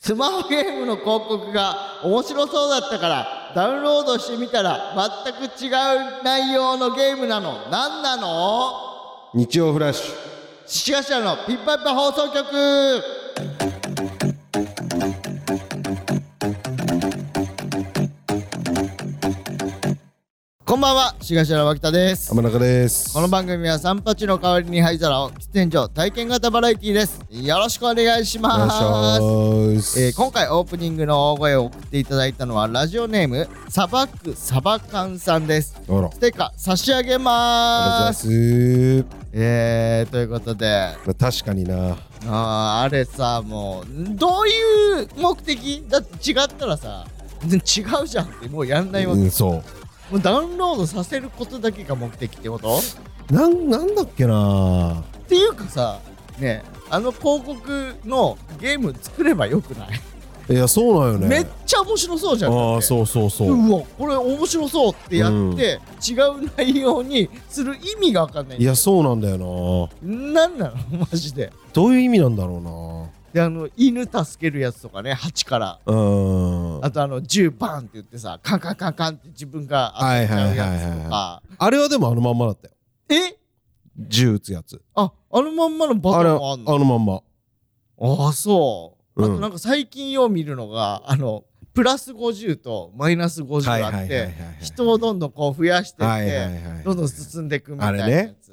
スマホゲームの広告が面白そうだったからダウンロードしてみたら全く違う内容のゲームなの何なの日曜フラッシュ志賀社のピンパイパ放送局こんばんは志賀社の脇田です天中ですこの番組は三八の代わりに灰皿を喫煙所体験型バラエティーですよろしくお願いしおま願いすしますえー今回オープニングの大声を送っていただいたのはラジオネームサバクサバカンさんですあらステッカー差し上げあまりがすとうございますえー、ということでまあ確かになあーあれさもうどういう目的だって違ったらさ違うじゃんってもうやんないわうけ、んそもうダウンロードさせることだけが目的ってことうなんなんだっけなっていうかさねあの広告のゲーム作ればよくない、いやそうなんよねめっちゃ面白そうじゃんああうそうそうそううわこれ面白そうってやって、違う内容にする意味が分かんないいやそうなんだよなんなの マジでなどういう意味なんだろうであの犬助けるやつとかね蜂からなうんあとあの銃バンって言ってさカンカンカンカンって自分が当たっちゃうやつとかあれはでもあのまんまだったよえ銃撃つやつああのまんまのバあれトンあもあんののまんまああそう、うんあとなんか最近よう見るのがあのプラス50とマイナス50があって人をどんどんこう増やしてって、はいはいはいどんどん進んでいくみたあいれなやねつ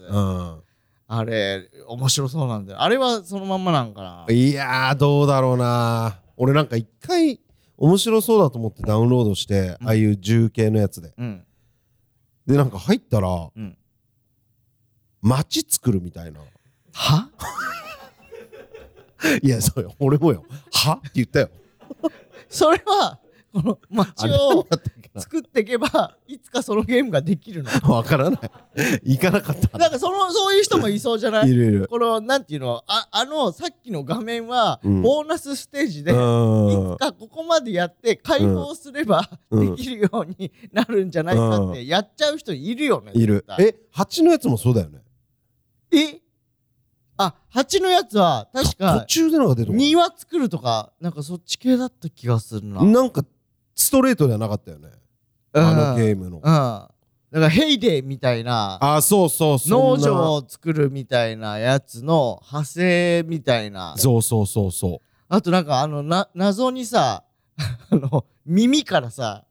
あれ,、うん面白そうなんだよあれはそのまんまなんかないやーどうだろうな俺なんか一回面白そうだと思ってダウンロードして、うんああいう銃系のやつでうんでなんか入ったら、うん街作るみたいなはいやそれ俺もよはって言ったよ それはこのあ街れをだったっけな作っていけばいつかそのゲームができるのわからない行かなかったなんかそのそういう人もいそうじゃないいるいるこのなんていうのああのさっきの画面は、うんボーナスステージで、うんいつかここまでやって解放すれば、うんできるようになるんじゃないかって、やっちゃう人いるよね。いる絶対え蜂のやつもそうだよねえあ、蜂のやつは確途か中でなんか出てこない庭作るとか、なんかそっち系だった気がするな。なんかストレートではなかったよねあのゲーム。ームのうん。だからヘイデーみたいな、あそうそうそんな農場を作るみたいなやつの派生みたいな。そうそうそうそあとなんかあのな謎にさ あの耳からさ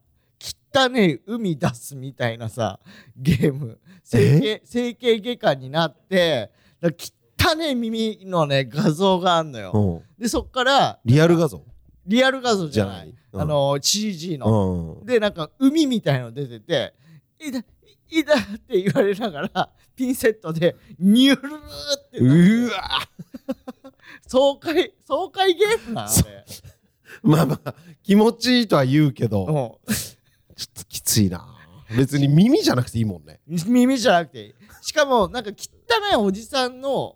汚ねえ海出すみたいなさゲーム整形整形外科になってだから汚ねえ耳のね画像があんのよ、う、うん、でそっからリアル画像リアル画像じゃないじゃないうんあの CG の、うでなんか海みたいの出てて「いだいだ」って言われながらピンセットでニュルルーってなってんうわ爽快爽快ゲームなのあれ。まあまあ気持ちいいとは言うけどうんちょっときついな別に耳じゃなくていいもんね耳じゃなくていいしかもなんか汚いおじさんの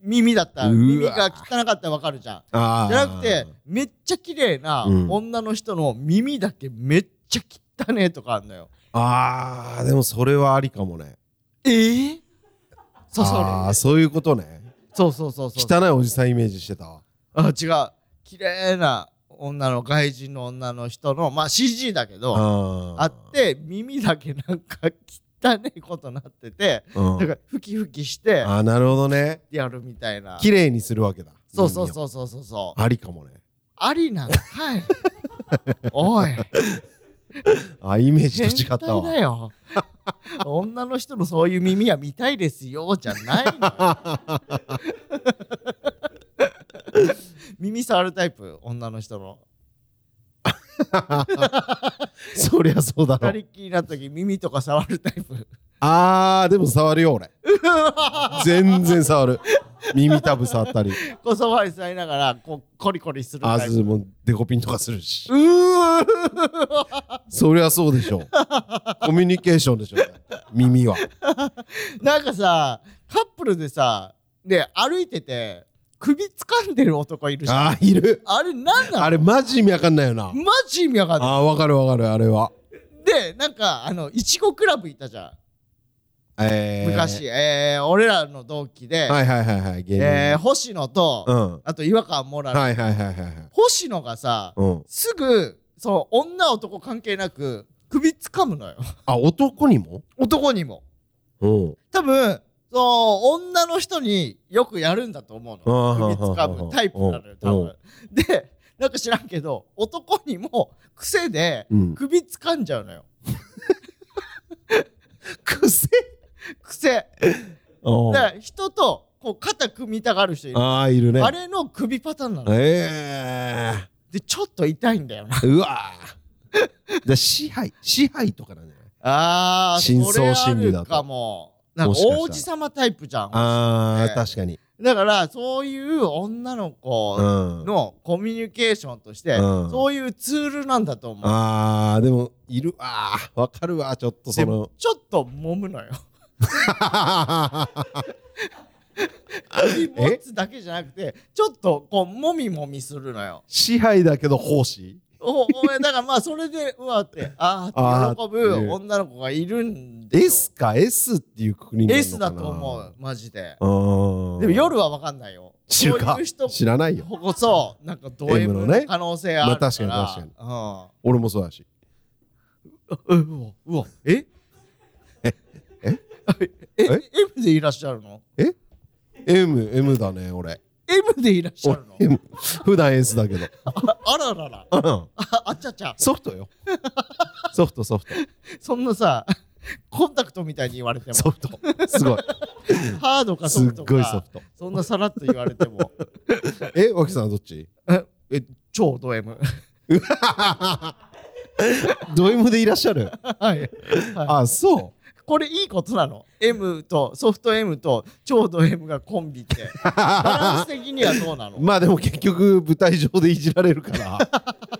耳だったうわ耳が汚かったらわかるじゃんああじゃなくてめっちゃ綺麗なうん女の人の耳だけめっちゃ汚ねえとかあんのよあーでもそれはありかもねえー、そうああーそういうことねそうそうそうそうそう汚いおじさんイメージしてたわあ違う綺麗な女の外人の女の人のまあ CG だけどああって耳だけなんか汚ねえことなっててうんなんかふきふきしてあーなるほどねやるみたいな綺麗にするわけだそうそううそうそうそうそうありかもねありなんかい おいあーイメージと変違態ったわだよ女の人のそういう耳は見たいですよじゃないの 耳触るタイプ女の人のそりゃそうだ二ろ人っきりな時耳とか触るタイプ あーでも触るよ俺全然触る耳たぶ触ったりこそばりされながらこうコリコリするあタイプずもデコピンとかするしうーそりゃそうでしょうコミュニケーションでしょうね耳は なんかさカップルでさで歩いてて首掴んでる男いるしあああいるあれなんなのあれマジ意味わかんないよなマジ意味わかんないああわかるわかるあれはでなんかあのいちごクラブいたじゃんえー昔、えー俺らの同期で、はいはいはいはい芸人、えー星野と、うんあと違和感もらう、はいはいはいはいはい星野がさ、うんすぐその女男関係なく首掴むのよあ男にも男にもうん多分その女の人によくやるんだと思うあのー首掴むタイプなのよ多うんう分でなんか知らんけど男にも癖でうん首掴んじゃうの よ癖癖うんだから人とこう肩組みたがる人いるああいるねあれの首パターンなのええでちょっと痛いんだよなうわ ーで支配支配とかなんじゃないあ ー深層心そ理だとれあるかもなんもかしかしたら王子様タイプじゃんあねー確かにだからそういう女の子うんのコミュニケーションとして、うんそういうツールなんだと思う。あーでもいるあーわかるわちょっとそでのもちょっと揉むのよ。首持つだけじゃなくてちょっとこうもみもみするのよ。 支配だけど奉仕おお前だからまあそれでうわってあーあってー喜ぶっていう女の子がいるんで S か S っていう国になるの S かなだと思うマジで。思でも夜は分かんないよ。知そるかういう人知らないよこそなんかド M M のねの可能性あるから。まあ確かに確かにに。俺もそうだしうわ、うわ、ええええ ?M でいらっしゃるの M M だね俺 ?M でいらっしゃ俺るの M 普段 S だけどああららら、うんああちゃちゃ、 ソフトよソフトソフトそんなさ、コンタクトみたいに言われても、ソフトすごいハードかソすっフトご いソかフ、トそんなさらっと言われても、え脇さんはどっちえ、超ド M。ド M でいらっしゃるはい。はいあそこれいいことなの ?M とソフト M と超ド M がコンビって、バランス的にはどうなのうまあでも結局舞台上でいじられるから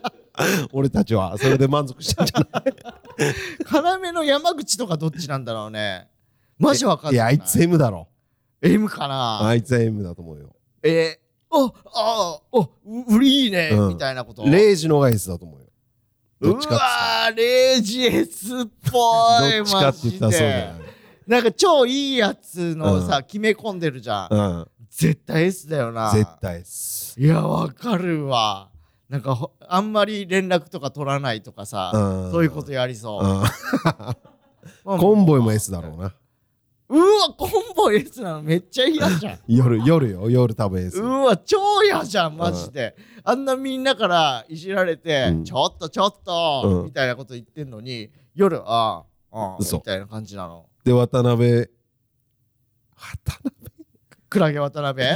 俺たちはそれで満足したんじゃない要の山口とかどっちなんだろうね。 マジわかんない。いやあいつ M だろ M かなあいつは M だと思うよえー、おあーおう売りいいね、うんみたいなことレイジの方が S だと思うよどっちうかわーレイジエスっぽいっつったらどっちかって言ったマジらそうだよでねなんか超いいやつのさ、う決め込んでるじゃん、うん絶対 S だよな絶対 S いやわかるわなんかほあんまり連絡とか取らないとかさ、うんそういうことやりそう、うんまあコンボイも S だろうなうわコンボ S なのめっちゃ嫌じゃん夜夜よ夜多分 S うわ超嫌じゃんマジで、あんなみんなからいじられて、うんちょっとちょっと、うんみたいなこと言ってんのに夜ああああ嘘みたいな感じなので渡辺渡クラゲ渡辺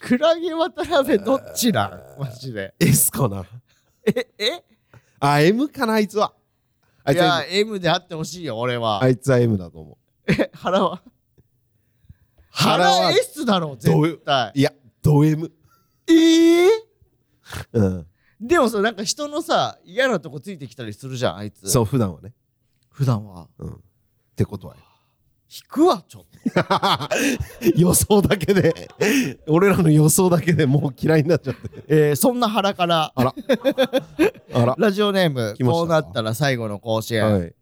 クラゲ渡辺どっちなんマジで辺 S かなええあ M かなあいつはいあいつは M や M であってほしいよ俺は、あいつは M だと思う。え腹は腹は腹 S だろどういう絶対いや、ド M。えー、うん。でもさなんか人のさ嫌なとこついてきたりするじゃんあいつそう、普段はね。普段はうん。ってことはよ。引くわちょっと 予想だけ で、俺らの予想だけでもう嫌いになっちゃって。えーそんな腹からあら。あら。 ラジオネーム来ましたこうなったら最後の甲子園、はい。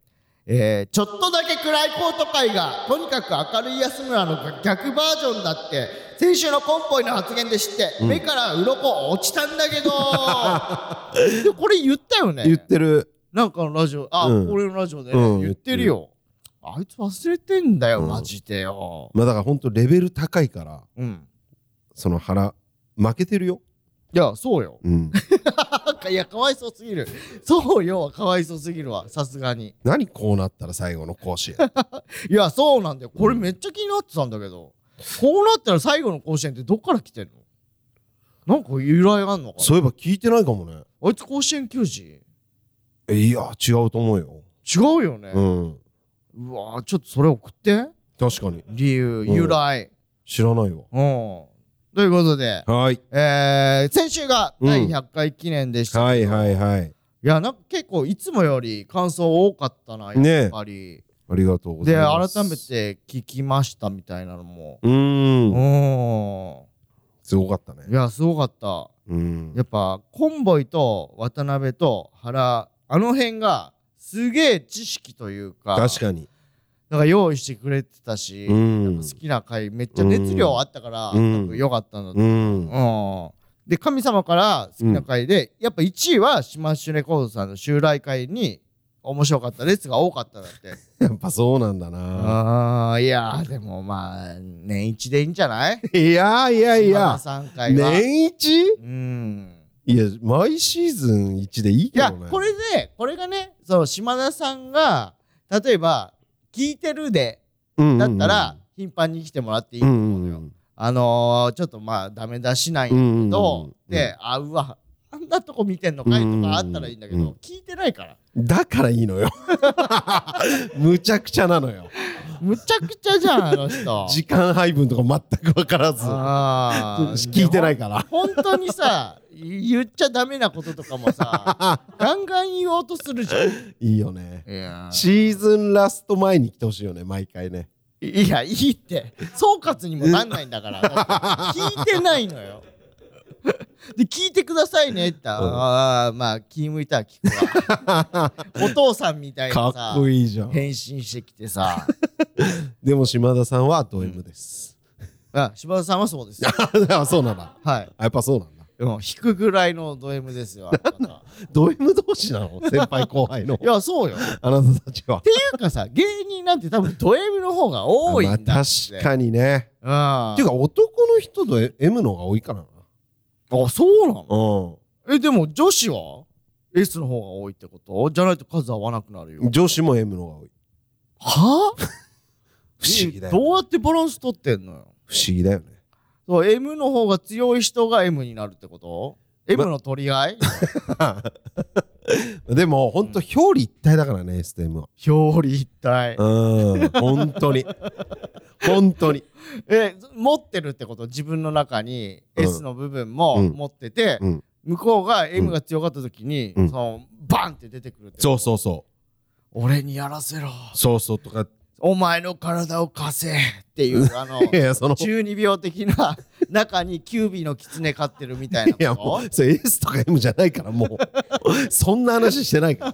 えーちょっとだけ暗いコート会がとにかく明るい安村の逆バージョンだって先週のコンポイの発言で知って、目から鱗落ちたんだけ どでもこれ言ったよ言っねてる。なんかのラジオあ、うん俺のラジオで、うん言ってるよあいつ忘れてんだよ、うんマジでよまあだから本当レベル高いから、うんその腹、負けてるよ。いやそうよ うん。いやかわいそうすぎるそうよはかわいそうすぎるわさすがに何こうなったら最後の甲子園。いやそうなんだよこれめっちゃ気になってたんだけど、こうなったら最後の甲子園ってどっから来てんのなんか由来あんのかそういえば聞いてないかもね。なあいつ甲子園球児えいや、違うと思うよ。違うよね、うん。うわーちょっとそれ送って確かに。理由うん由来知らないわ。うんということで、はい。えー、先週がうん第100回記念でしたはけいど、はいはい。いやなんか結構いつもより感想多かったなねえやっぱり、ありがとうござでい改ます。め。て聞きましたみたいなのもううーん。んすごかったね。いやすごかったうん。やっぱコンボイと渡辺と原あの辺がすげえ知識というか確かに。なんか用意してくれてたし、うんなんか好きな回めっちゃ熱量あったから、うん多分よかったんだとうん。思う、うん、で神様から好きな回で、やっぱ1位はシマッシュレコードさんの襲来会に面白かった列が多かったんだってやっぱそうなんだな。あーいやーでもまあ年一でいいんじゃないいやいやいや、 3回は、年一うんいや、毎シーズン1でいいいけどやね。これでこれがねそう島田さんが例えば「聞いてるで」だったら頻繁に来てもらっていいとうん思ううんのうよ、ん、あのー、ちょっとまあダメ出しないうんだんけんど、んで「あうわあんなとこ見てんのかい」とかあったらいいんだけど、うんうん聞いてないからだからい いのよむちゃくちゃなのよむちゃくちゃじゃんあの人 時間配分とか全く分からずあー 聞いてないから本当にさ言っちゃダメなこととかも さガンガン言おうとするじゃんいいよねいやシーズンラスト前に来てほしいよね毎回ねいやいいって総括にもなんないんだ からだって聞いてないのよで聞いてくださいねって、ああまあ気向いたら聞く わお父さんみたいかなっさこいいじゃん返信してきてさでも島田さんはド M です、あ柴田さんはそうですよあ そうなんだはいやっぱそうなんだうん引くぐらいのド M ですよあなたド M 同士なの先輩後 輩のいやそうよっあなたたちはていうかさ芸人なんて多分ド M の方が多いんだって、まあ確かにねうんっていうか男の人と M の方が多いからなあそうなのうんえでも女子は S の方が多いってことじゃないと数合わなくなるよ女子も M の方が多いは あ不思議だよねどうやってバランス取ってんのよ不思議だよねそう M の方が強い人が M になるってこと ?M の取り 合いでも本当表裏一体だからね STEM は表裏一体うん本当に 本当にえ持ってるってこと自分の中にうん S の部分もうん持ってて、うん向こうが M が強かった時に、うんそのバンって出てくるってことそうそうそ俺にやらせろうそうそうとかお前の体を貸せっていうあ のいやいやそのい中二病的な中にキュービーの狐飼ってるみたいなやこもとうそれ S とか M じゃないからもうそんな話してないか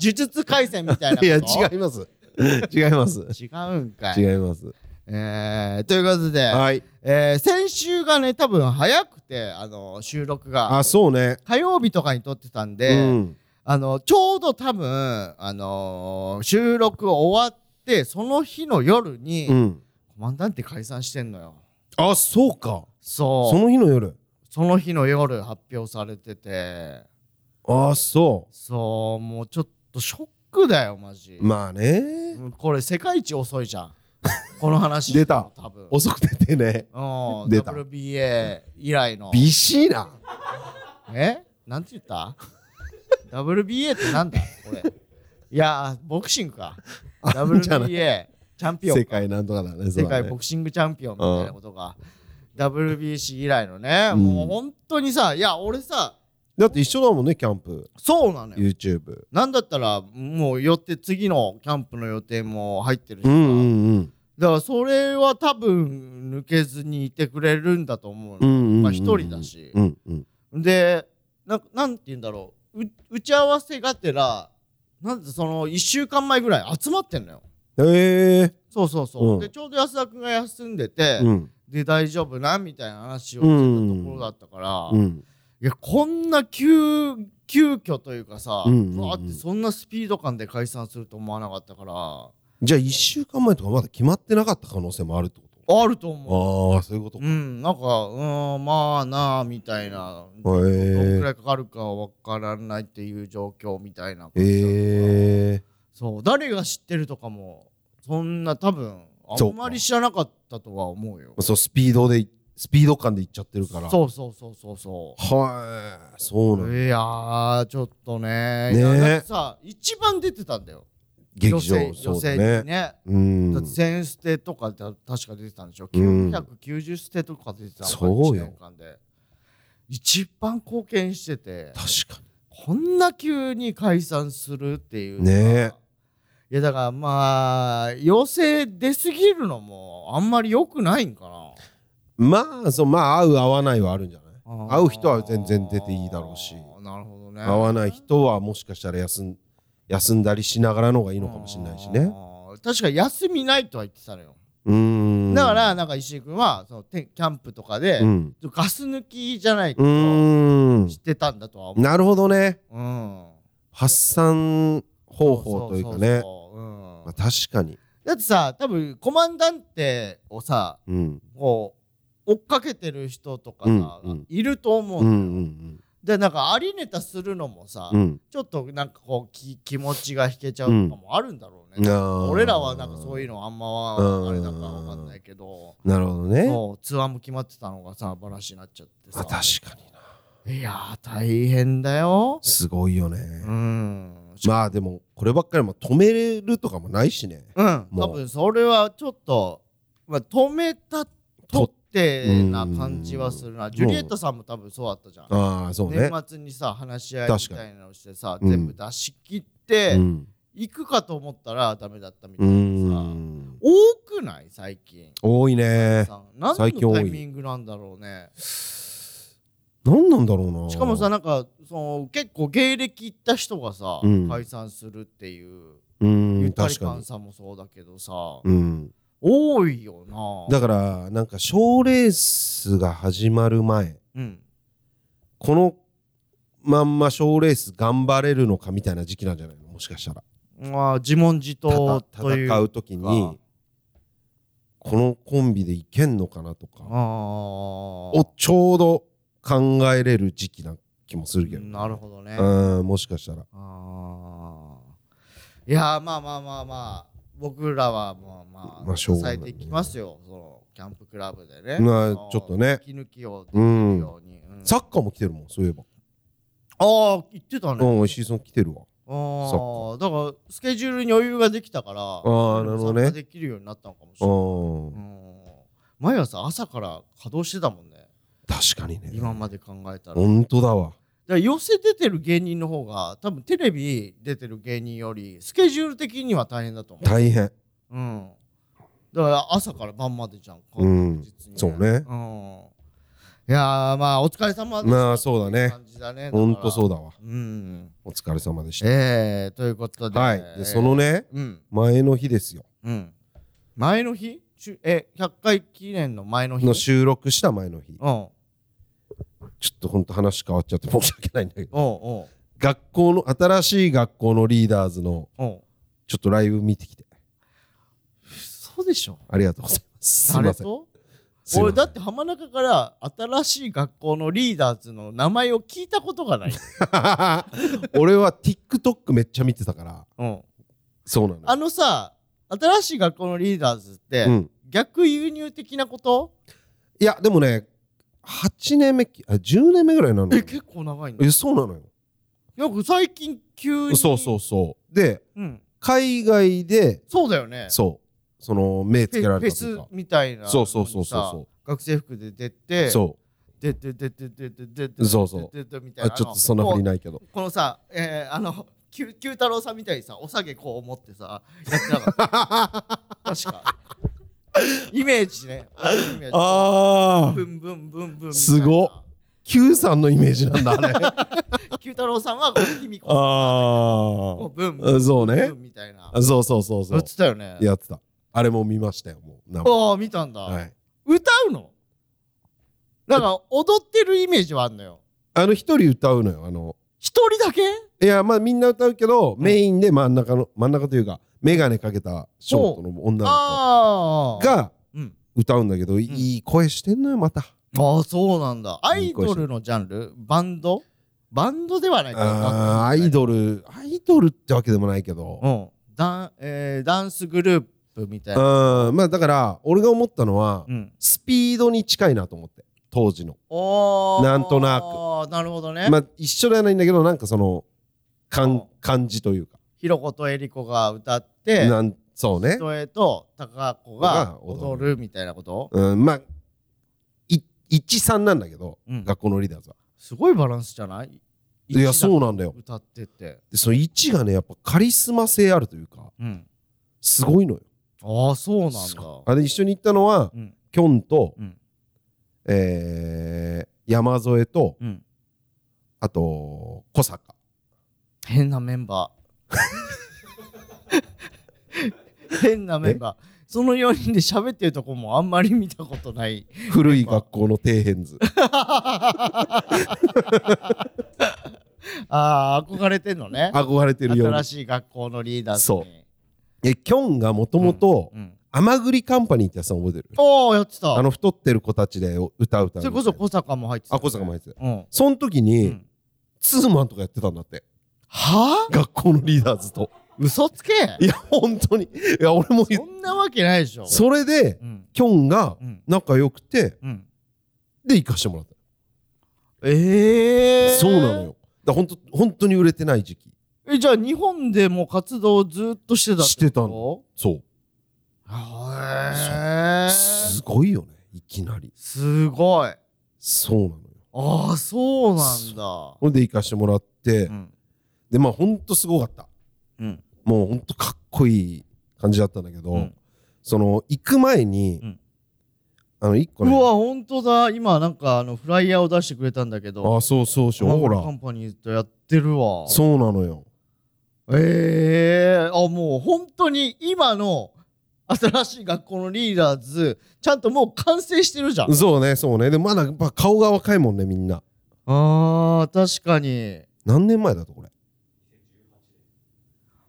呪術廻戦みたいなこらといや違います違います違うんかい違いますえー、ということで、はいえー先週がね多分早くてあの収録があそうね火曜日とかに撮ってたんうで、んあのちょうど多分あのー収録終わってその日の夜に、うんコマンダンって解散してんのよあそうかそうその日の夜その日の夜発表されててあそそうもうちょっとショックだよマジ、うまあねうんこれ世界一遅いじゃんこの話 出た多分遅く出てねうん出た WBA 以来のビシーなえなんて言った ?WBA ってなんだ俺いやーボクシングかあんじゃない WBA チャンピオン世か界なんとかだね世界そうだねボクシングチャンピオンみたいなことが WBC 以来のね、うんもう本当にさいや俺さだって一緒だもんねキャンプそうなのよ YouTube なんだったらもう予定次のキャンプの予定も入ってるしうさ、んうんうんだからそれは多分抜けずにいてくれるんだと思ううの、んうんまあ一人だしうんうんでななんて言うんだろうう打ち合わせがてらなんでその1週間前ぐらい集まってんのよへえそうそうそう、うんでちょうど安田君が休んでて、うんで大丈夫なみたいな話をしてたところだったから、ういんやこんな急急遽というかさ、うんうんうんわーってそんなスピード感で解散すると思わなかったからじゃあ一週間前とかまだ決まってなかった可能性もあるってこあると思うとああそういうことかうんなんかうーんまあなあみたいなどへんくえらいかかるかわからないっていう状況みたいな感じだったからへえそう誰が知ってるとかもそんな多分あそうんかまり知らなかったとは思うよそうスピードでスピード感でいっちゃってるからうそうそうそうそうそはいそうなうのいやーちょっとねねいやだってさ一番出てたんだよ劇女性場女そうだ性ねにねうんだって1000捨てとかだ確か出てたんでしょ、うん990捨てとか出てたのかそう1よ年間で一番貢献してて確かこんな急に解散するっていうのがねいやだからまあ陽性出すぎるのもあんまり良くないんかなにまあそうまあ合う合わないはあるんじゃない合会う人は全然出ていいだろうしなるほどね合わない人はもしかしたら休ん休んだりしながらの方がいいいのかもしれないしねいあー確か休みないとは言ってたのよ、うーんだからなんか石井君はそのてキャンプとかで、うんガス抜きじゃないうけどーん知ってたんだとは思う、なるほどねうん、発散方法というかそねうそうそううんまあ確かにだってさ多分コマンダンテをさうんこう追っかけてる人とかさ、うんうんいると思う、うんうんでなんかありネタするのもさ、うんうんちょっとなんかこうき気持ちが引けちゃうとかもあるんだろうね、俺らはなんかそういうののあんまうんはあれだからわかんないけど、なるほどねそうツアーも決まってたのがさバラシになっちゃってあさ確かにないやー大変だよすごいよねうん、まあでもこればっかりも止めれるとかもないしねうん、も多う分それはちょっと、まあ、止めたとってな感じはするなジュリエットさんも多分そうだったじゃんああそうね年末にさ話し合いみたいなのしてさ確かに全部出し切って、うん行くかと思ったらダメだったみたういーなさ、ん多くない最近多いねさ何最近の多タいイミングなんだろうね何なんだろうなしかもさなんかその結構芸歴行った人がさ、うん解散するっていううーゆんったり確か感にさんもそうだけどさ、うん多いよなだからなんか賞ーレースが始まる前うんこのまんま賞ーレース頑張れるのかみたいな時期なんじゃないのもしかしたらまあ自問自答たという戦う時にこのコンビでいけんのかなとあかあをちょうど考えれる時期な気もするけどなるほどね、あうんもしかしたらあいやーまあまあまあまあ僕らはまあまあまあしょうがない抑えていきますよそのキャンプクラブでねまあそのちょっとね息抜きをできうるんように、うんサッカーも来てるもんそういえばああ言ってたね、うん石井さん来てるわサあッあだからスケジュールに余裕ができたからあーなるほどねできるようになったのかもしれうない、うんん、毎朝朝から稼働してたもんね確かにね今まで考えたら本当だわだから寄せ出てる芸人の方が多分テレビ出てる芸人よりスケジュール的には大変だと思大変う、うん、だから朝から晩までじゃん確うん実に、そうねうん、いやーまあお疲れ様ですまあそうだね感じだね本当そううだわうんお疲れ様でしたええということではいでそのねうん前の日ですようん前の日ちゅえ100回記念の前の日の収録した前の日うんおうちょっとほんと話変わっちゃって申し訳ないんだけどおう学校の新しい学校のリーダーズのおうちょっとライブ見てきてそうでしょありがとうございますすい誰ませんとすいま俺せだんって浜中から新しい学校のリーダーズの名前を聞いたことが ない、俺は TikTok めっちゃ見てたからうん、そうなのあのさ新しい学校のリーダーズって、うん逆輸入的なこといやでもね8年目あ10年目ぐらいなのえ結構長いんだえそうなのよなんか最近急にそうそうそうでう、うん、海外でそうだよねそうその目つフェけらフれェたといスうかみたいなのにさそうそうそうそう学生服で出そうて出そて出て出て出てそうそう出てみうたいあなちょっとそんなふりなないけどこのさえー、あの九九太郎さんみたいにさお下げこう持ってさやってなかった確か。イメージね。イメージあブンブンブンブンみたいな。すごっ Q さんのイメージなんだ あれ九太郎さんはこう、君こう、あブンブンあそうブンねブンみたいな。そうそうそうそやうってたよね。やってたあれも見ましたよもう生ああ、見たんだ。はい歌うのなんか踊ってるイメージはあんのよ。あの一人歌うのよあの一人だけいやまあみんな歌うけどメインで真ん中の真ん中というか眼鏡かけたショートの女のあ子あ。、がうん。歌うんだけどいい声してんのよまたああ、そうなんだ。アイドルのジャンルバンドバンドではないかあーアイル。ドルアイドルってわけでもないけどうん。ダンえーダンスグループみたいな。うんまあだから俺が思ったのはうん。スピードに近いなと思って当時のおーなんとななるほどね、まあ一緒ではないんだけどなんかそうのん感感じというかひろことえりこが歌ってなんそうね人江と高子がが踊踊るるみたいなことうんまあい13なんだけどうん学校のリーダーズはすごいバランスじゃないいやそううなんだよ歌っててでその1がねやっぱカリスマ性あるというかうんすごいのよああそうなんだすごいあれ一緒に行ったのはうんきょんと、うんえー山添とうんあと小坂変なメンバー 変なメンバーその4人で喋ってるとこもあんまり見たことない古い学校の底 辺図ああ憧れてんのね憧れてるような新しい学校のリーダーズにそうえキョンがもともとうん、甘栗カンパニーってやつさん覚えてるおーやってたあの太ってる子たちで歌う歌うそれこそ小坂も入ってたあ小坂も入ってたうん、その時うに、ん、ツーマンとかやってたんだってはあ学校のリーダーズと嘘つけいや本当にいや俺もそんなわけないでしょそれでうんキョンがうん仲良くてうんで行かしてもらったええー、そうなのよだ本当本当に売れてない時期えじゃあ日本でも活動をずっとしてたしてたのそうへえすごいよねいきなりすごいそうなのよああそうなんだほんで行かしてもらって、うんでまあほんとすごかったうんもうほんとかっこいい感じだったんだけど、うんその行く前に、うんあの一個うねわ本当だ今なんかあのフライヤーを出してくれたんだけどあそうそうそうほカらンパニーとやってるわそうなのよええあもう本当に今の新しい学校のリーダーズちゃんともう完成してるじゃんそうねそうねでもまだやっぱ顔が若いもんねみんなあー確かに何年前だとこれ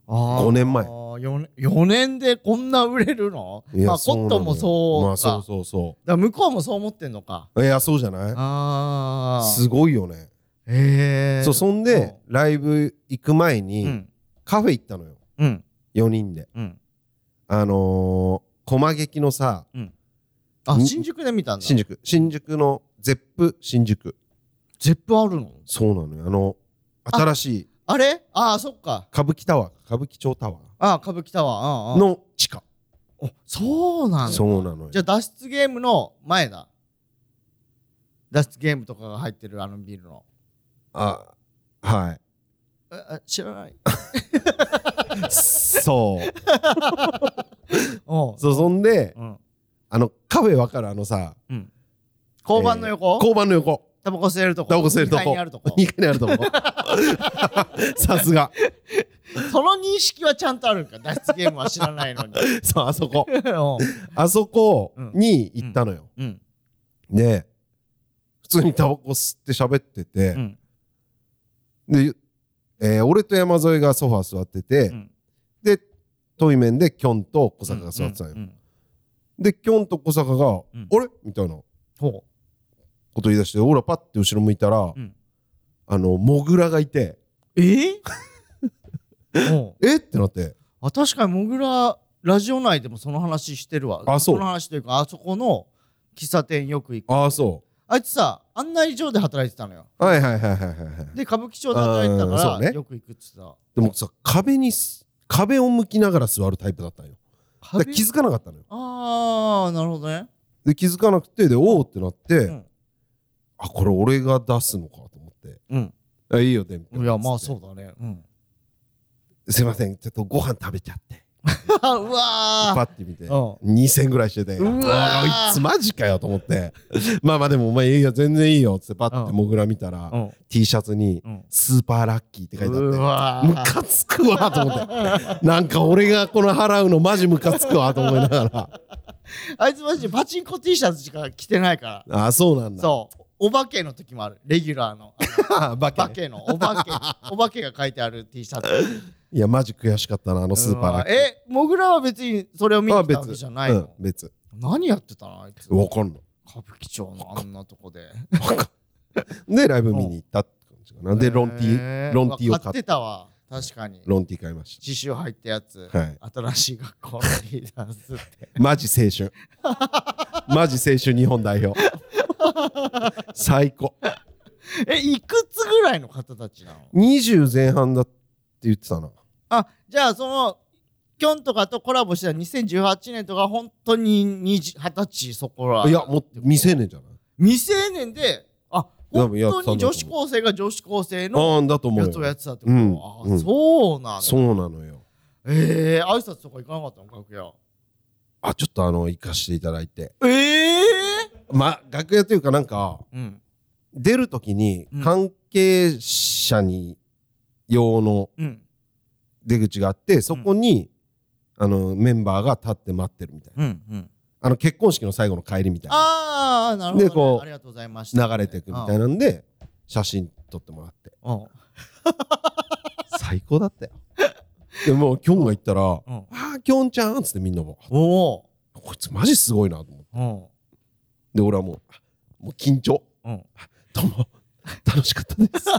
あー5年前4年 ,4 年でこんな売れるのいやまあそコうなッのよトンもそうか,、まあそうそうそだから向こうもそう思ってんのかういやそうじゃないああすごいよねへえそうそんでライブ行く前うにんカフェ行ったのようん4人でうんあのー駒劇のさあん新宿で見たんだ新宿新宿のゼップ新宿ゼップあるのそうなのよあの新しいあれああそっか歌舞伎タワー歌舞伎町タワああ歌舞伎タワーあーあーーの地下おそうなんだそうなのよじゃあ脱出ゲームの前だ脱出ゲームとかが入ってるあのビルのあはいええ知らない そうおうそうそんでうんあのカフェわかるあのさ交番の横、交番の横タバコ吸えるとこタバコ吸える2と階こにあるとこ2階にある とこさすがその認識はちゃんとあるんか脱出ゲームは知らないのにそうあそこおうあそこに行ったのよ、うんで普通にタバコ吸って喋っててう、んで、えー俺と山添がソファー座ってて、うんで遠い面でキョンと小坂が座ってたのよ、うんうんでキョンと小坂が「うんあれ?」みたいなこほと言い出して俺はパッて後ろ向いたら、んあのモグラがいてうえーおう「えっ?」てなってあ確かにもぐらラジオ内でもその話してるわあそうその話というかあそこの喫茶店よく行「くああそあいつさ案内所で働いてたのようはいはいはいはいはいはい」で歌舞伎町で働いてたかあーそうら、ねよく行くっつってたでもさ壁にす壁を向きながら座るタイプだったのよだから気づかなかったのよああなるほどねで気づかなくてで「おお」ってなって、んあこれ俺が出すのかと思ってうん「あいいよでみたいやまあうそうだねうん すいませんちょっとご飯食べちゃってうわパーッて見てうん2000ぐらいしててうわーあいつマジかよと思って まあまあでもお前いいよ全然いいよっつってパッてうんモグラ見たらん T シャツにうん「スーパーラッキー」って書いてうあってわムーカつくわと思 ってなんか俺がこの払うのマジムカつくわと思いながら あいつマジでパチンコ T シャツしか着てないからああそうなんだそうお化けの時もあるレギュラーのあの バ化カけのお化けお化けが書いてある T シャツいやマジ悔しかったなあのスーパーラッキーえモグラは別にそれを見にあ来たわけじゃないうんの、別何やってたのあいつ歌わかんない舞伎町のあんなとこでわかんないでライブ見に行ったって感じかなでロンティへーロンティーを買買っっててたわ確かにロンティー買いまし刺繍入ったやつ、たはい新しい学校のリーダーズってマジ青春マジ青春日本代表最高えいくつぐらいの方たちなの20前半だって言ってたなあじゃあそのキョンとかとコラボした2018年とか本当に20 20歳そこらいやもう未成年じゃない未成年であ多本分やってたんだ当と思うに女子高生が女子高生のああんだと思やうつをやっよてたってこと、うんあ、うんそうなんだそうなのよええー、挨拶とか行かなかったの楽屋あちょっとあの行かしていただいてええまあ楽屋というかなんかー、うん出る時にうん関係者に用のうん出口があってそこに、あのメンバーが立って待ってるみたいなうんうん。あの結婚式の最後の帰りみたいああ、なるほど、ね。でこうありがとうございました。な流れていくみたいな。なんで写真撮ってもらってうん。最高だったよでもうきょんが行っ たら「あうんあきょんちゃん」っつってみんなもおこいつマジすごいなと思ってお。で俺はもうあもう緊張うん。うん。どうも楽しかったです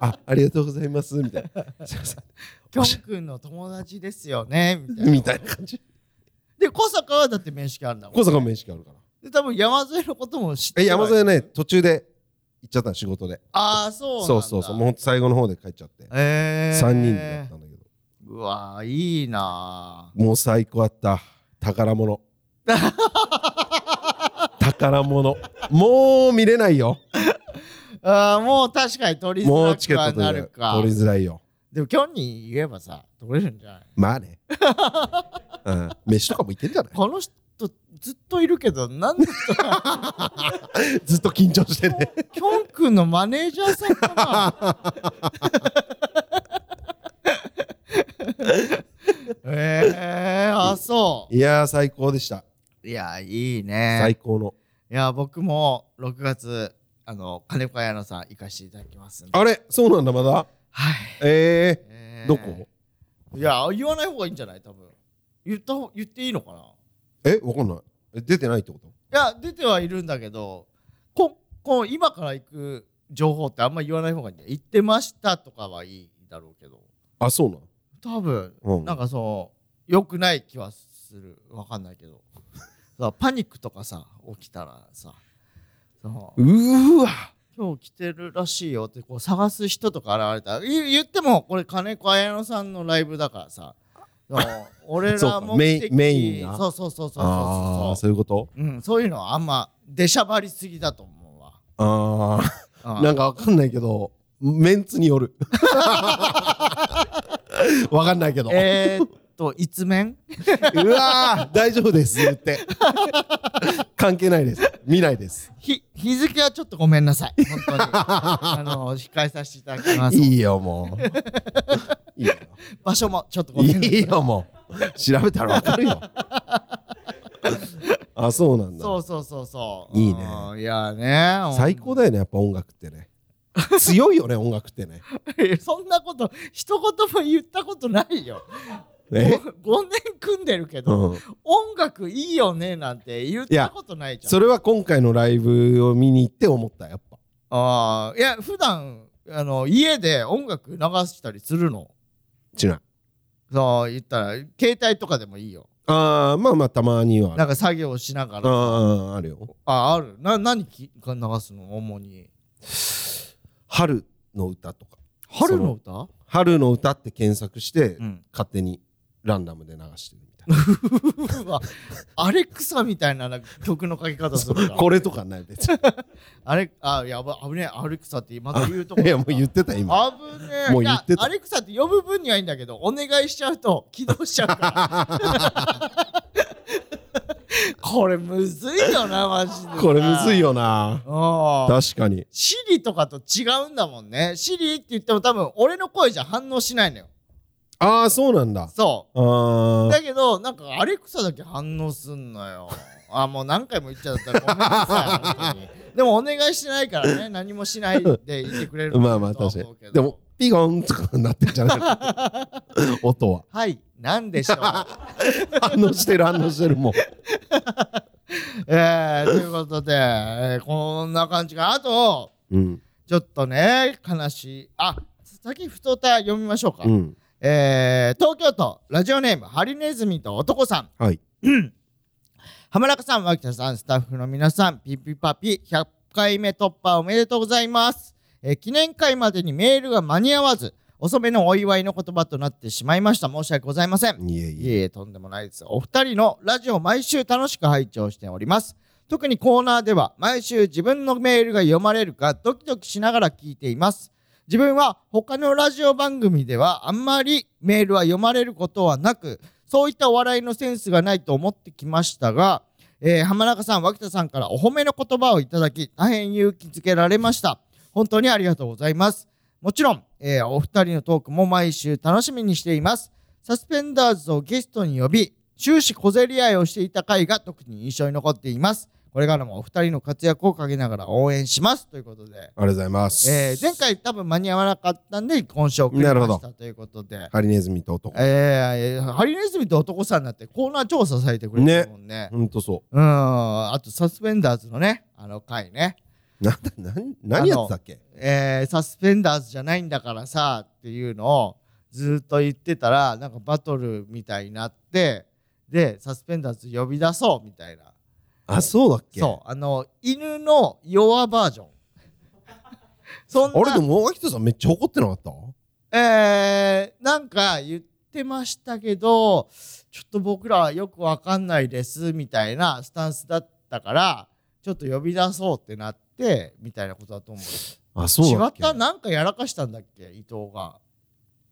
あありがとうございますみたいなすいませんきょんくんの友達ですよね。みたいな。みたいな感じで、小坂はだって面識あるんだもん。小坂面識あるからで、多分山添のことも知ってえる山添ね途中で行っちゃったの仕事でああ、そうなんだ。そうそうそうもうほんと最後の方で帰っちゃってえー、 3人でやったんだけどうわーいいなもう最高だった宝 物宝物もう見れないよーあーもう確かに取りづもらうチケくッはト取なれるるか取りづらいよでもきょんに言えばさ取れるんじゃないま あねうん飯とかも行ってんじゃないこの人ずっといるけどなんでずっと緊張してねきょんくんのマネージャーさんか なえー、あそいやー最高でしたういやいいね最高のいや僕も6月あの金子綾乃さん行かせていただきますんであれそうなんだまだはい、ええーーどこいや言わない方がいいんじゃない多分言った方言っていいのかなえわかんないえ出てないってこといや出てはいるんだけどここう今から行く情報ってあんま言わない方がいいんだよ行ってましたとかはいいだろうけどあそうなの多分、うんなんかそう良くない気はするわかんないけど さパニックとかさ起きたらさそううーわ今日来てるらしいよってこう探す人とか現れたら言言ってもこれ金子綾乃さんのライブだから さそう俺そうからもメインメインがそうそうそうそうそうあそあうそういうことうん、そういうのはあんま出しゃばりすぎだと思うわ。ああなかんかわかんないけどメンツによ るわかんないけど、えー、っと、いつ面うわー 大丈夫です言って関係ないです見ないですひ日付はちょっとごめんなさい。本 当に。あの、控えさせていただきます。いいよもういいよ場所もちょっとごめんなさい。いいよもう調べたらわかるよあそうなんだそうそうそうそう。いいねうんいやーね。最高だよねやっぱ音楽ってね強いよね音楽っ てねよ。そんなこと、一言も言ったことないよ。え、ご ?5 年組んでるけど、うん、音楽いいよねなんて言ったことないじゃん。それは今回のライブを見に行って思ったやっぱああ、いや、普段、あの、家で音楽流したりするの。違うそう言ったら携帯とかでもいいよああまあまあたまにはあるなんか作業しながらあああるよああるな何きが流すの主に春の歌とか春の歌春の歌って検索して、うん勝手にランダムで流してるみたいなうわアレクサみたいななんか曲の書き方するからこれとかない別にあれあやば危ねえアレクサってまた言うとこ いやもう言ってた今危ねえもう言ってたいやアレクサって呼ぶ分にはいいんだけどお願いしちゃうと起動しちゃうから これむずいよなマジでこれむずいよよなああ確かにシリとかと違うんだもんね。シリって言っても多分俺の声じゃ反応しないのよ。ああそうなんだそあう。ーだけど、なんかアレクサだけ反応すんのよ。あ、もう何回も言っちゃったらごめんなさい本当に。でもお願いしてないからね、何もしないでいてくれるのまあまあとは確か思うにけどでも。ピゴンとかなってんじゃないの 音ははい、なんでしょう。反応してる反応してるもうえー、ということで、えーこんな感じか。あと、うんちょっとね、悲しい。あ、先、ふとた読みましょうか。うんえー、東京都ラジオネームハリネズミと男さんはい浜中さん脇田さんスタッフの皆さんピピパピ100回目突破おめでとうございます、えー記念会までにメールが間に合わず遅めのお祝いの言葉となってしまいました申し訳ございませんいえいいええいえ、とんでもないです。お二人のラジオを毎週楽しく拝聴しております。特にコーナーでは毎週自分のメールが読まれるかドキドキしながら聞いています。自分は他のラジオ番組ではあんまりメールは読まれることはなく、そういったお笑いのセンスがないと思ってきましたが、えー浜中さん、脇田さんからお褒めの言葉をいただき、大変勇気づけられました。本当にありがとうございます。もちろん、えーお二人のトークも毎週楽しみにしています。サスペンダーズをゲストに呼び終始小競り合いをしていた回が特に印象に残っていますこれからもお二人の活躍を陰ながら応援しますということで、ありがとうございます。えー前回多分間に合わなかったんで今週送りまなるほしどたということで、ハリネズミと男。えー、ハリネズミと男さんだってコーナー調査されてくれてるもんねほんとそうんあとサスペンダーズのねあの回ねう。なんだ、なん何やってたっけえーサスペンダーズじゃないんだからさっていうのをずっと言ってたらなんかバトルみたいになってでサスペンダーズ呼び出そうみたいなあ、そうだっけそうあの犬の弱バ ージョンそんあれでなも、大垣人さんめっちゃ怒ってなかったえー、なんか言ってましたけどちょっと僕らはよくわかんないですみたいなスタンスだったからちょっと呼び出そうってなってみたいなことだと思うあ、そうだっけ違ったなんかやらかしたんだっけ伊藤が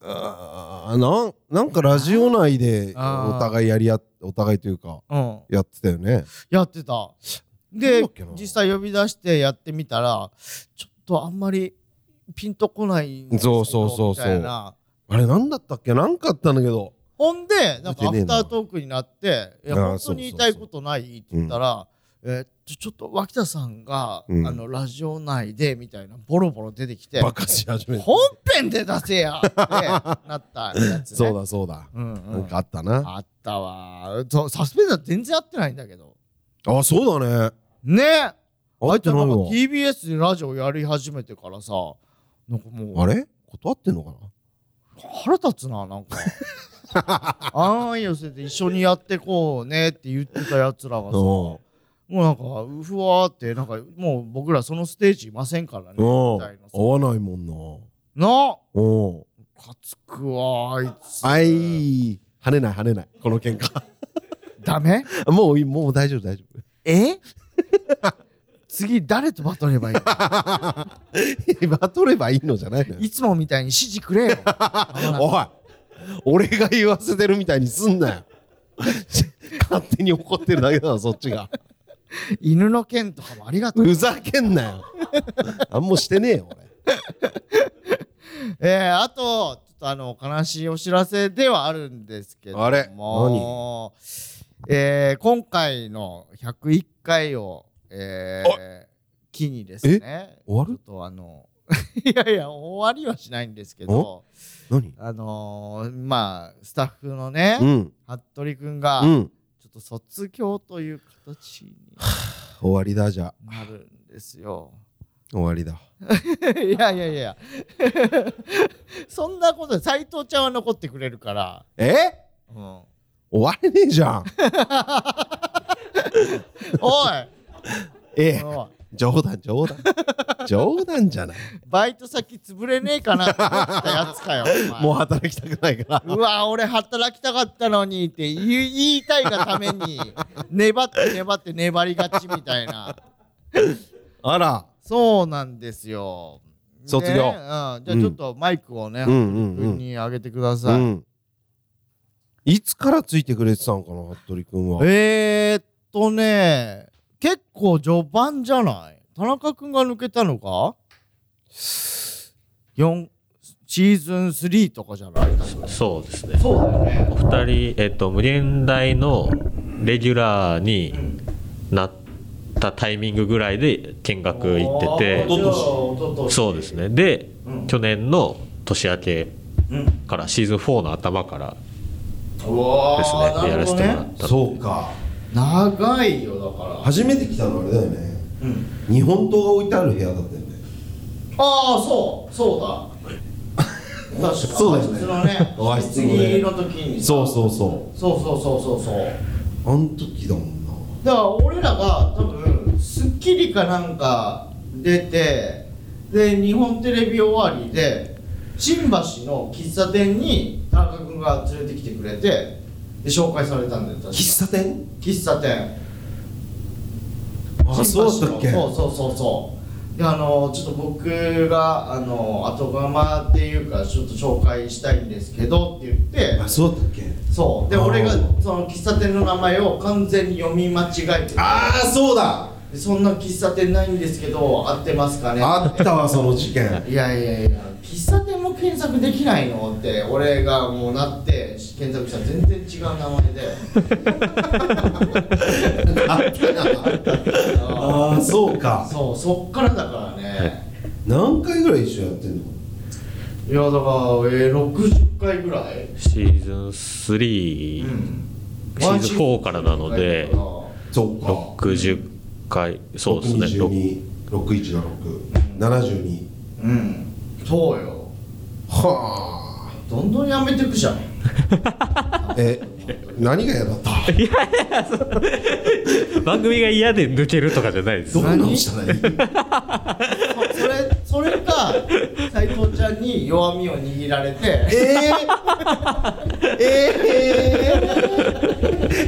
あーなんなんかラジオ内であーお互いやり合っお互いというかうんやってたよねやってたなんでだっけな実際呼び出してやってみたらちょっとあんまりピンとこないんですけどそうそうそうそうみたいなあれなんだったっけなんかあったんだけどほんでなんかア覚えてねえフなタートークになって「いやあー本当に言いたいそうそうそうことない?」って言ったら「えーちょちょっと脇田さんが、うんあのラジオ内で」みたいなボロボロ出てきてバカし始めて本編で出せや!」って なったやつ、ね、そうだそうだ、うんうんなんかあったなあったわそうサスペンダー全然合ってないんだけどあそうだねねあってないなんかわ TBS でラジオやり始めてからさなんかもうあれ断ってんのか腹立つななん かあん寄せて一緒にやってこうねって言ってたやつらがなさおもうなんかうふわーってなんかもう僕らそのステージいませんからねうおみうたいなさ合わないもんななおうかつくわあいつあい跳ねない跳ねないこの喧嘩ダメ もういいもう大丈夫大丈 夫え 次誰とバトればいい のバトればいいのじゃないのよいつもみたいに指示く れよおい俺が言わせてるみたいにすん なよ勝手に怒ってるだけだなそっちが犬の件とかもありがとうふざけんな よあんもしてねえよえー、あと、ちょっとあの、悲しいお知らせではあるんですけども。あれえー今回の101回を、えー、機にですね。終わるちょっとあの、 いやいや、終わりはしないんですけど、俺何あのー、まあ、スタッフのね、うん服部くんが、うんちょっと卒業という形に終わりだじゃあなるんですよ。 終わりだいやいやいや そんなこと斎藤ちゃんは残ってくれるから、えうん、終われねえじゃんおいええおい冗談冗談冗談じゃないバイト先潰れねえかなって思ったやつかよお前もう働きたくないからうわ俺働きたかったのにって言い言いたいがために粘って粘って粘りがちみたいなあらそうなんですよ卒業ねうん、じゃあちょっとマイクをね、うんうんう君んにあげてくだうさい、んいつからついてくれてたのかな服部君はえー、っとね結構序盤じゃない田中君が抜けたのか4シーズン3とかじゃないそうですね。お二人、えっと、無限大のレギュラーになったタイミングぐらいで見学行ってて。そうですね。で、去年の年明けからシーズン4の頭からですね、やらせてもらった。そうか長いよだから初めて来たのあれだよね、日本刀が置いてある部屋だったよねああそうそうだ確かそうだよねあ和いつ室ののねね棺の時にそうそうそそうそうそうそうそううあん時だもんなだから俺らが多分『スッキリ』かなんか出てで日本テレビ終わりで新橋の喫茶店に田中君が連れてきてくれてで紹介されたんだよ確か喫茶店喫茶店あそうだったっけそうそうそうそうであのちょっと僕があの後釜っていうかちょっと紹介したいんですけどって言ってあそうだったっけそうであー俺がその喫茶店の名前を完全に読み間違えててああそうだでそんな喫茶店ないんですけど合ってますかね あったわその事件いやいやいや喫茶店も検索できないのって俺がもうなって検索したら全然違う名前で ああそうかそうそっからだからね何回ぐらい一緒やってんのいやだから、えー、60回ぐらいシーズン3、シーズン4からなのでそうか60回そうですね62617672うんそうよはどんどんやめてくじゃん あえ何が嫌だった番組が嫌で抜けるとかじゃないですどう直したらいいそそれそれか斎藤ちゃんに弱みを握られてえー、え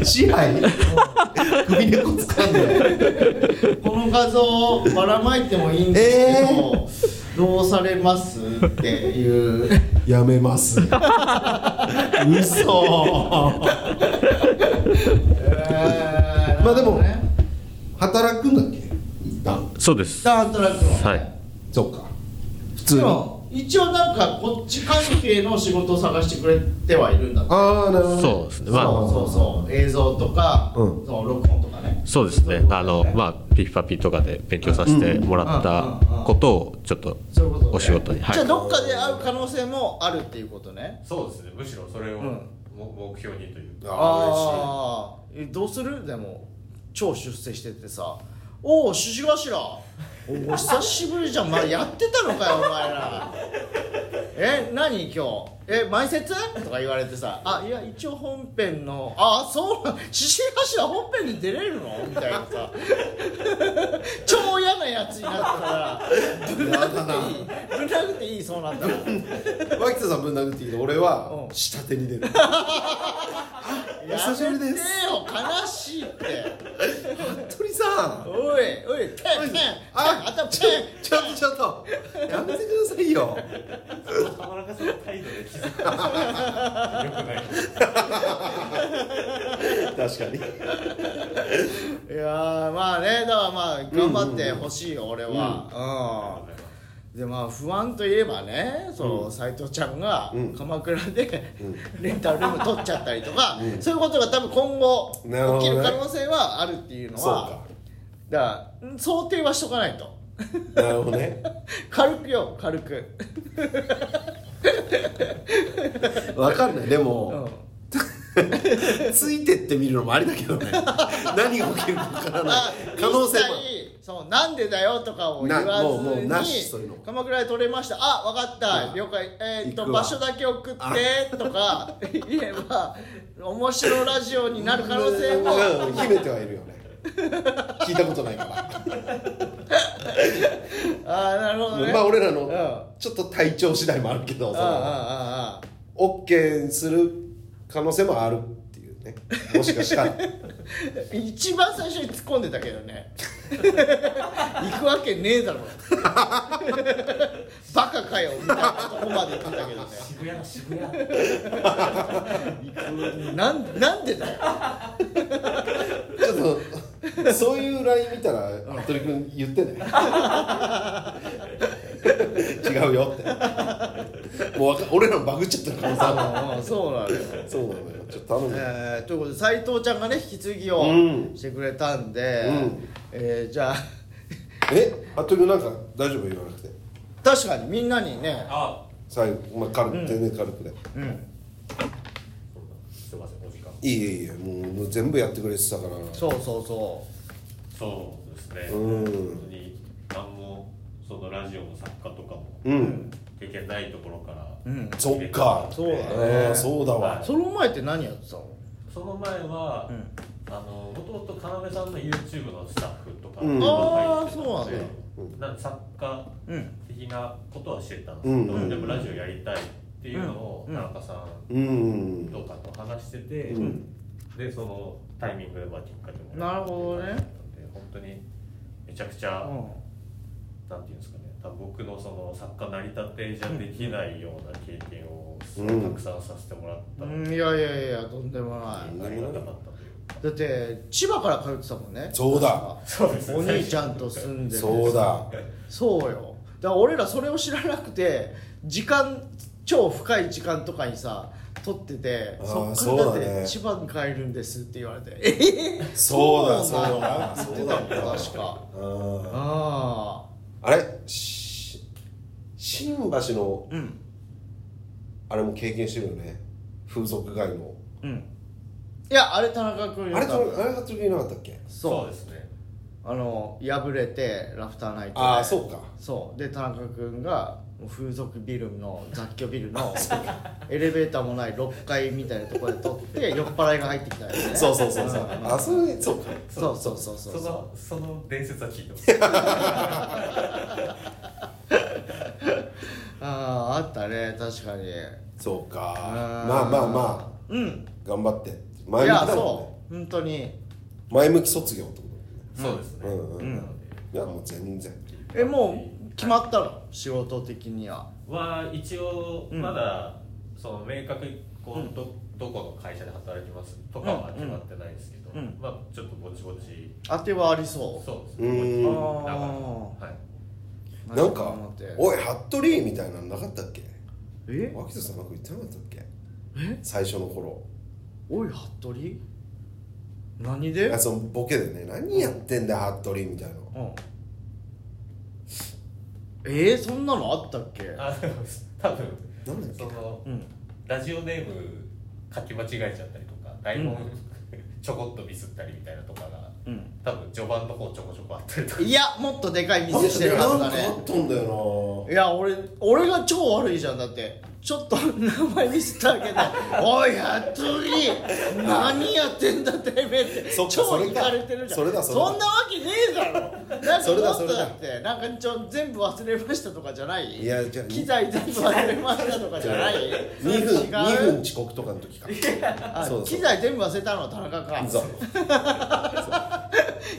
ー、支配首根っこ掴んでこの画像をばらまいてもいいんですけど、どうされますっていう やめます嘘ままあでも働くんだっけ一旦そうですダントラックのねはいそうか普通でにも一応なんかこっち関係の仕事を探してくれてはいるんだってああなるほどそうですねそうまあそうそう映像とか、うんその録音とかねそうですねあのまあピッパピとかで勉強させてもらったことをちょっとそういうことねお仕事にはいじゃあどっかで会う可能性もあるっていうことねそうですねむしろそれを目標にというかああーえどうするでも超出世しててさ「おお獅子頭おお久しぶりじゃん、まあ、やってたのかよお前らえ何今日え前説?」とか言われてさ「あいや一応本編のあそうなん獅子頭本編に出れるの?」みたいなさ超嫌なやつになったからぶん殴っていいぶん殴っていいそうなんだ脇田さんぶん殴っていいけど俺はうん下手に出るや久しぶりでめてすよ悲しいって鳥さんおいおいペンペンああとペンちょっとちょっとやめてくださいよ浜中さんの態度で気づくよくない確かにいやーまあねだからまあ頑張ってほしいよ、俺はうん、でまあ不安といえばねその斎、藤ちゃんがうん鎌倉で、レンタルルーム取っちゃったりとか、そういうことが多分今なるほ後ど起ねきる可能性はあるっていうのはだからうん想定はしとかないとなるほどね軽くよ軽くわかんないでうもん、ついてってみるのもありだけど ね何が起きるかわからない可能一性も切そうなんでだよとかを言なもうもうわなずしにそういうの鎌倉で取れましたあわかったうん了解えーっ行とくわ場所だけ送ってとか 言えば面白ラジオになる可能性もうん秘めてはいるよね聞いたことないからあーなるほどねまあ俺らうんのちょっと体調次第もあるけどあそあのあああオッケーする可能性もあるっていうねもしかしたらあ一番最初に突っ込んでたけど ね行くわけねえだろ バカかよみたいなとこまで言ってたけどね渋谷渋谷 なんなんでだよちょっとそういうライン見たら服部君言ってね違うよってもうわか俺らもバグっちゃってる可能性あるああそうなのよそうなのよ。ちょっと頼む。えーということで斎藤ちゃんがね引き継ぎをうんしてくれたんで、うんえーじゃあえ、あとなんか大丈夫言わなくて。確かにみんなにねあ最後、まあ軽く、全然軽くで。すいませんお時間いいえいいえ、もうもう全部やってくれてたから。そうそうそそうですね、うん本当に何もそのラジオの作家とかもうん。経験ないところから、うんそっか。そうだねあーそうだわ。その前って何やってたのその前は、あのもともと要さんの YouTube のスタッフとか、うんあーのでそうなんなんで作家うん的なことはしてたんですけど、うんうんでもラジオやりたいっていうのをうん田中さんうん。とかと話してて、うんでそのタイミングでまあきっかけもなるほどねで本当にめちゃくちゃ、うなんていうんですかね多分僕のその作家成り立てじゃできないような経験をすごいたくさんさせてもらったのんで、うんいやいやいやとんでもなうんいありがたかったというかだって千葉から通ってたもんねそうだそうですねお兄ちゃんと住んでてそうだ。そうよだから俺らそれを知らなくて時間超深い時間とかにさ撮っててあーそっからだっそうだてね千葉に帰るんですって言われてええそうだなんそうだ言ってたもん確かうんああれし新橋の、あれも経験してるよね風俗街のあうんいやあれ田中君よあれとあれ服部いなかったっけそうですねあの破れてラフターナイトでああそうかそうで田中君がもう風俗ビルの雑居ビル のエレベーターもない6階みたいなところで撮って酔っ払いが入ってきたよねそうそうそうそうんあそれそうかそうそうそうそうそうその伝説は聞いてますあーあったね確かにそうかあーまあまあまあうん頑張ってい前向きやだもんねそう本当に前向き卒業ってこそうですとねうんうん、んいやもう全然えもう決まったの仕事的にはは一応うんまだその明確にこうどどこの会社で働きますとかは決まってないですけどうんうんまあちょっとぼちぼち当てはありそそうですうねんぼちぼちだからあはいうなんかえ「おい服部」みたいなのなかったっけえ脇田さんなんか言ってなかったっけ最初の頃おい服部何であそのボケでね「何やってんだよ服部」みたいなうんえー、そんなのあったっけあでも 多分なんだっけそのうんラジオネーム書き間違えちゃったりとか台本、うん ちょこっとミスったりみたいなとかがうん多分序盤の方ちょこちょこあったりとかいやもっとでかいミスしてるはずだなんかあねったんだよいや俺俺が超悪いじゃんだってちょっと名前ミスった けど「おい服部何やってんだてめえ」ってそっかそ超れいかかれてるじゃんそれだそれだんなわけねえだろなんかそれだもっとそれだだってなんかちょ全部忘れましたとかじゃないいやじゃあ機材全部忘れましたとかじゃない2そ分れ違う2分遅刻とかの時かあそうそう機材全部忘れたのは田中かそう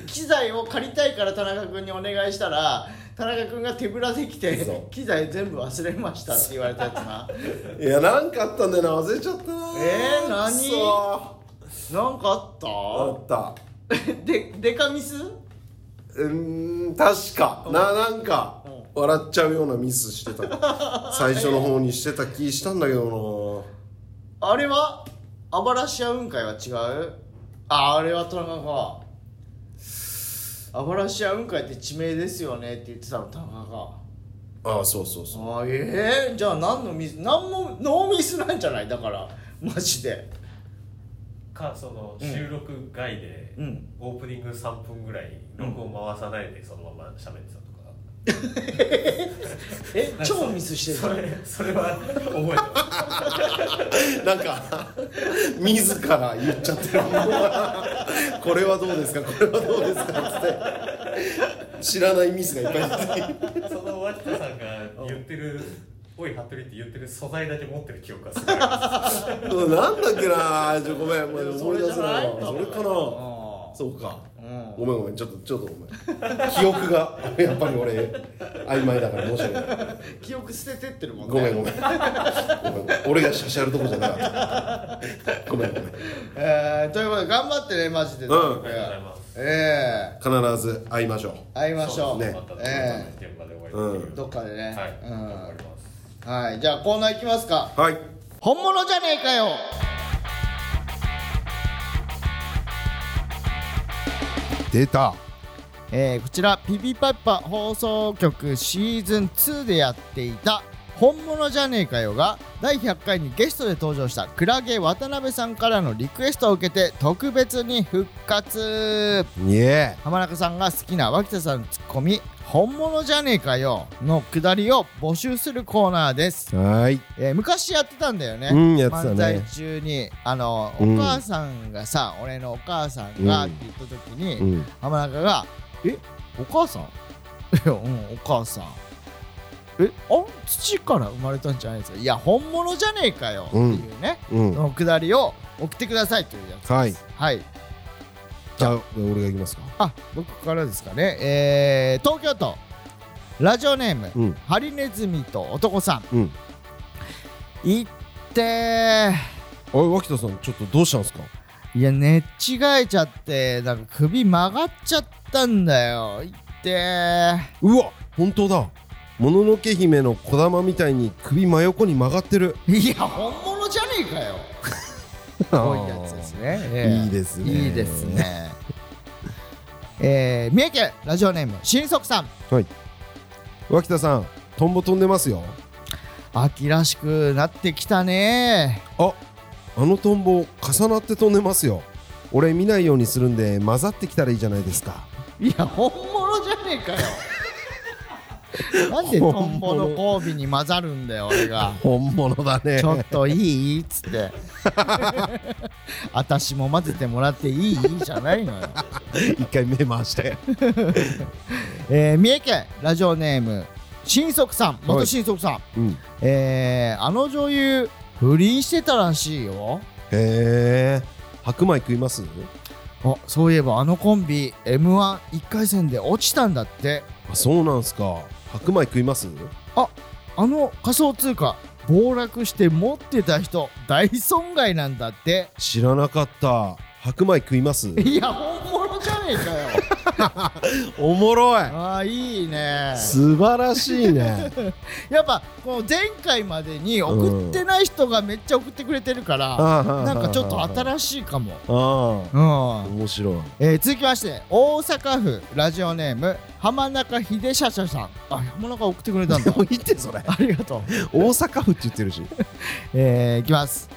機材を借りたいから田中君にお願いしたら田中君が手ぶらで来てそう機材全部忘れましたって言われたやつないやなんかあったんだよな忘れちゃったなえー何くそなんかああっったたでデカミスうーん確かななんか笑っちゃうようなミスしてた最初の方にしてた気したんだけどあれはアバラシア雲海は違うああれは田中かアバラシア雲海って地名ですよねって言ってたの田中かなああそうそうそうあーええじゃあ何のミス何もノーミスなんじゃないだからマジでかその収録外でうんオープニング3分ぐらい録音回さないでそのまま喋ってたとか、え超ミスしてそたれそれは覚えてまなんか自ら言っちゃってるこれはどうですかこれはどうですかっつって知らないミスがいっぱい出てきてすその脇田さんが言ってる「おい服部」って言ってる素材だけ持ってる記憶がすごいあなんだっけなちょごめんごめん思い出せないわそそれれじかゃないなあそうかうんごめんごめんちょっとちょっとごめん記憶がやっぱり俺曖昧だから申し訳ない記憶捨ててってるもんねごめんごめん。ごめんごめん俺がしゃしゃるとこじゃなかった。ごめんごめん。えー、ということで頑張ってねマジで、うんありがとうりがとうございますえ必ず会いましょう。え会いましょうそうですまたえ現場でお会いできるようにえどっかでねはい、う頑張りますん、はいじゃあコーナー行きますかはい。本物じゃねえかよ出たえーこちらピピパッパ放送局シーズン2でやっていた「本物じゃねえかよ」が第100回にゲストで登場したクラゲ渡辺さんからのリクエストを受けて特別に復活イエ浜中さんが好きな脇田さんのツッコミ「本物じゃねえかよ」のくだりを募集するコーナーです、ーはいえー昔やってたんだよね、うんやってたね漫才中にあの、うんお母さんがさ俺のお母さんがって言った時に、うん浜中が「えお母さん?」 いやうんお母さん」えあ土から生まれたんじゃないですかいや本物じゃねえかよっていうね、うんそのくだりを送ってくださいというやつですはいはいじゃあ俺が行きますかあ僕からですかね、えー東京都ラジオネーム、うんハリネズミと男さん、うんいってーおい脇田さんちょっとどうしたんですかいや寝違えちゃってなんか首曲がっちゃったんだよいってーうわ本当だもののけ姫の小玉みたいに首真横に曲がってるいや本物じゃねえかよこういうやつですね、ええいいですねいいですねえー、三重県ラジオネーム新速さんはい脇田さんトンボ飛んでますよ秋らしくなってきたねああのトンボ重なって飛んでますよ俺見ないようにするんで混ざってきたらいいじゃないですかいや本物じゃねえかよ なんでトンボの交尾に混ざるんだよ俺が本物だね ちょっといいっつって 私も混ぜてもらっていいじゃない のよ、一回目回してえー三重県ラジオネーム新速さん元新速さん、うんえーあの女優不倫してたらしいよへえ白米食いますあそういえばあのコンビ m 1 1回戦で落ちたんだってあそうなんすか白米食いますあの仮想通貨暴落して持ってた人大損害なんだって知らなかった白米食いますいや本物じゃねえかよ おもろいあーいい ね素晴らしい ねやっぱこの前回までに送ってない人がめっちゃ送ってくれてるから、ななんかちょっとい新しいかも、ああうん面白いえー続きまして大阪府ラジオネーム浜中秀社社さんあ浜中送ってくれたん だいいってそれありがとう大阪府って言ってるし えー、いきます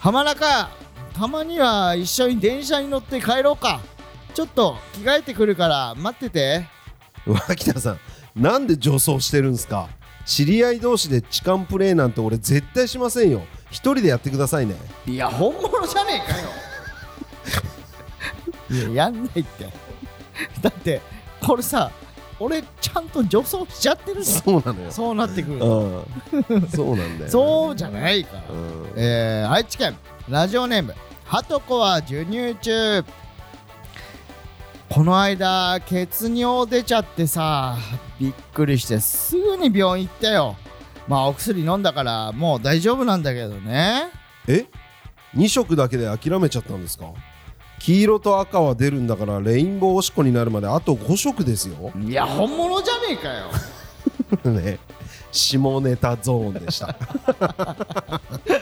浜中たまには一緒に電車に乗って帰ろうかちょっと着替えてくるから待ってて脇田さんなんで女装してるんすか知り合い同士で痴漢プレイなんて俺絶対しませんよ一人でやってくださいねいや本物じゃねえかよ いややんないってだってこれさ俺ちゃんと女装しちゃってるしそうなの よそうなってくるとうんそうなんだよそうじゃないから、うんえー愛知県ラジオネームはとこは授乳中この間血尿出ちゃってさびっくりしてすぐに病院行ったよまあお薬飲んだからもう大丈夫なんだけどねえ2色だけで諦めちゃったんですか黄色と赤は出るんだからレインボーおしっこになるまであと5色ですよ いや本物じゃねえかよね下ネタゾーンでした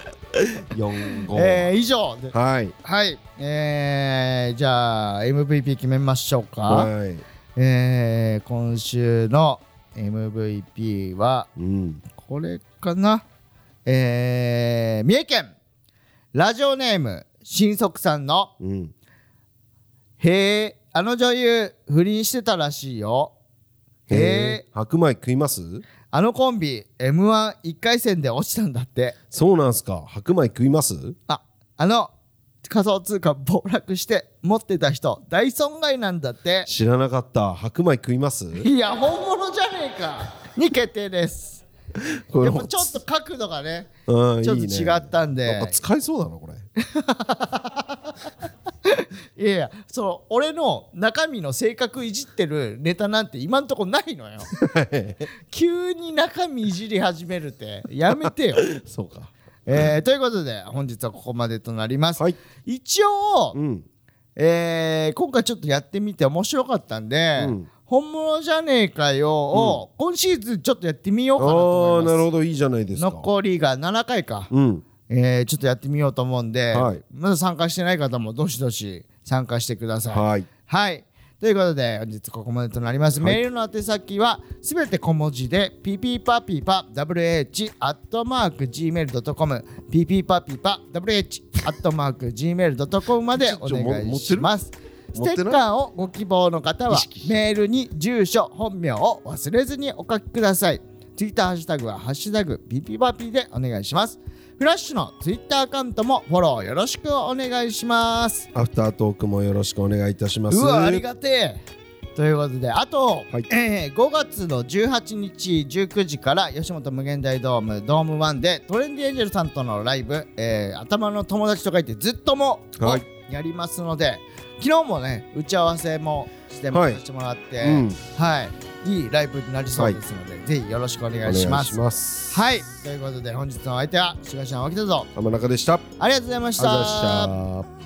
4 5、えー以上ではいはいえーじゃあ MVP 決めましょうか、はいえー今週の MVP はうんこれかな。えー、三重県ラジオネーム新速さんのうん「へえあの女優不倫してたらしいよ」へええ白米食いますあのコンビ m 1 1回戦で落ちたんだってそうなんすか白米食いますああの仮想通貨暴落して持ってた人大損害なんだって知らなかった白米食います いや本物じゃねえかに決定ですこやれっもぱちょっと角度がねうんちょっといいね違ったんでなんか使えそうだなこれいやいやその俺の中身の性格いじってるネタなんて今んとこない のよ急に中身いじり始めるってやめてよ、 そうかえーということで本日はここまでとなります、はい一応、うんえー今回ちょっとやってみて面白かったんで、うん本物じゃねえかよを、今シーズンちょっとやってみようかあなとあ思ーいますなるほどいいじゃないですか残りが7回か、うんえーちょっとやってみようと思うんで、はいまだ参加してない方もどしどし参加してくださいはいはい。ということで、本日ここまでとなります。メールの宛先はすべて小文字で、ピピパピパ WH アットマーク Gmail.com、ピピパピパ WH アットマーク Gmail.com までおちょも願い持っしてるます。ス持ってないテッカーをご希望の方は意識しメールに住所、本名を忘れずにお書きください。ツイッターハッシュタグはハッシュタグピピパピでお願いします。フラッシュのツイッターアカウントもフォローよろしくお願いします。アフタートークもよろしくお願いいたします。うわありがてえということであと、はいえー5月の18日19時から吉本無限大ドームドームワンでトレンディエンジェルさんとのライブ「えー頭の友達」と書いてずっとも、はいをやりますので昨日もね打ち合わせもしてもはらいって、はいうん、い、いライブになりそうですので、ぜひよろしくおお願願いいししまますす。はい、はいということで本日のお相手は志賀ちゃん脇田ぞ浜中でした。ありありがとうございましがとうございたました。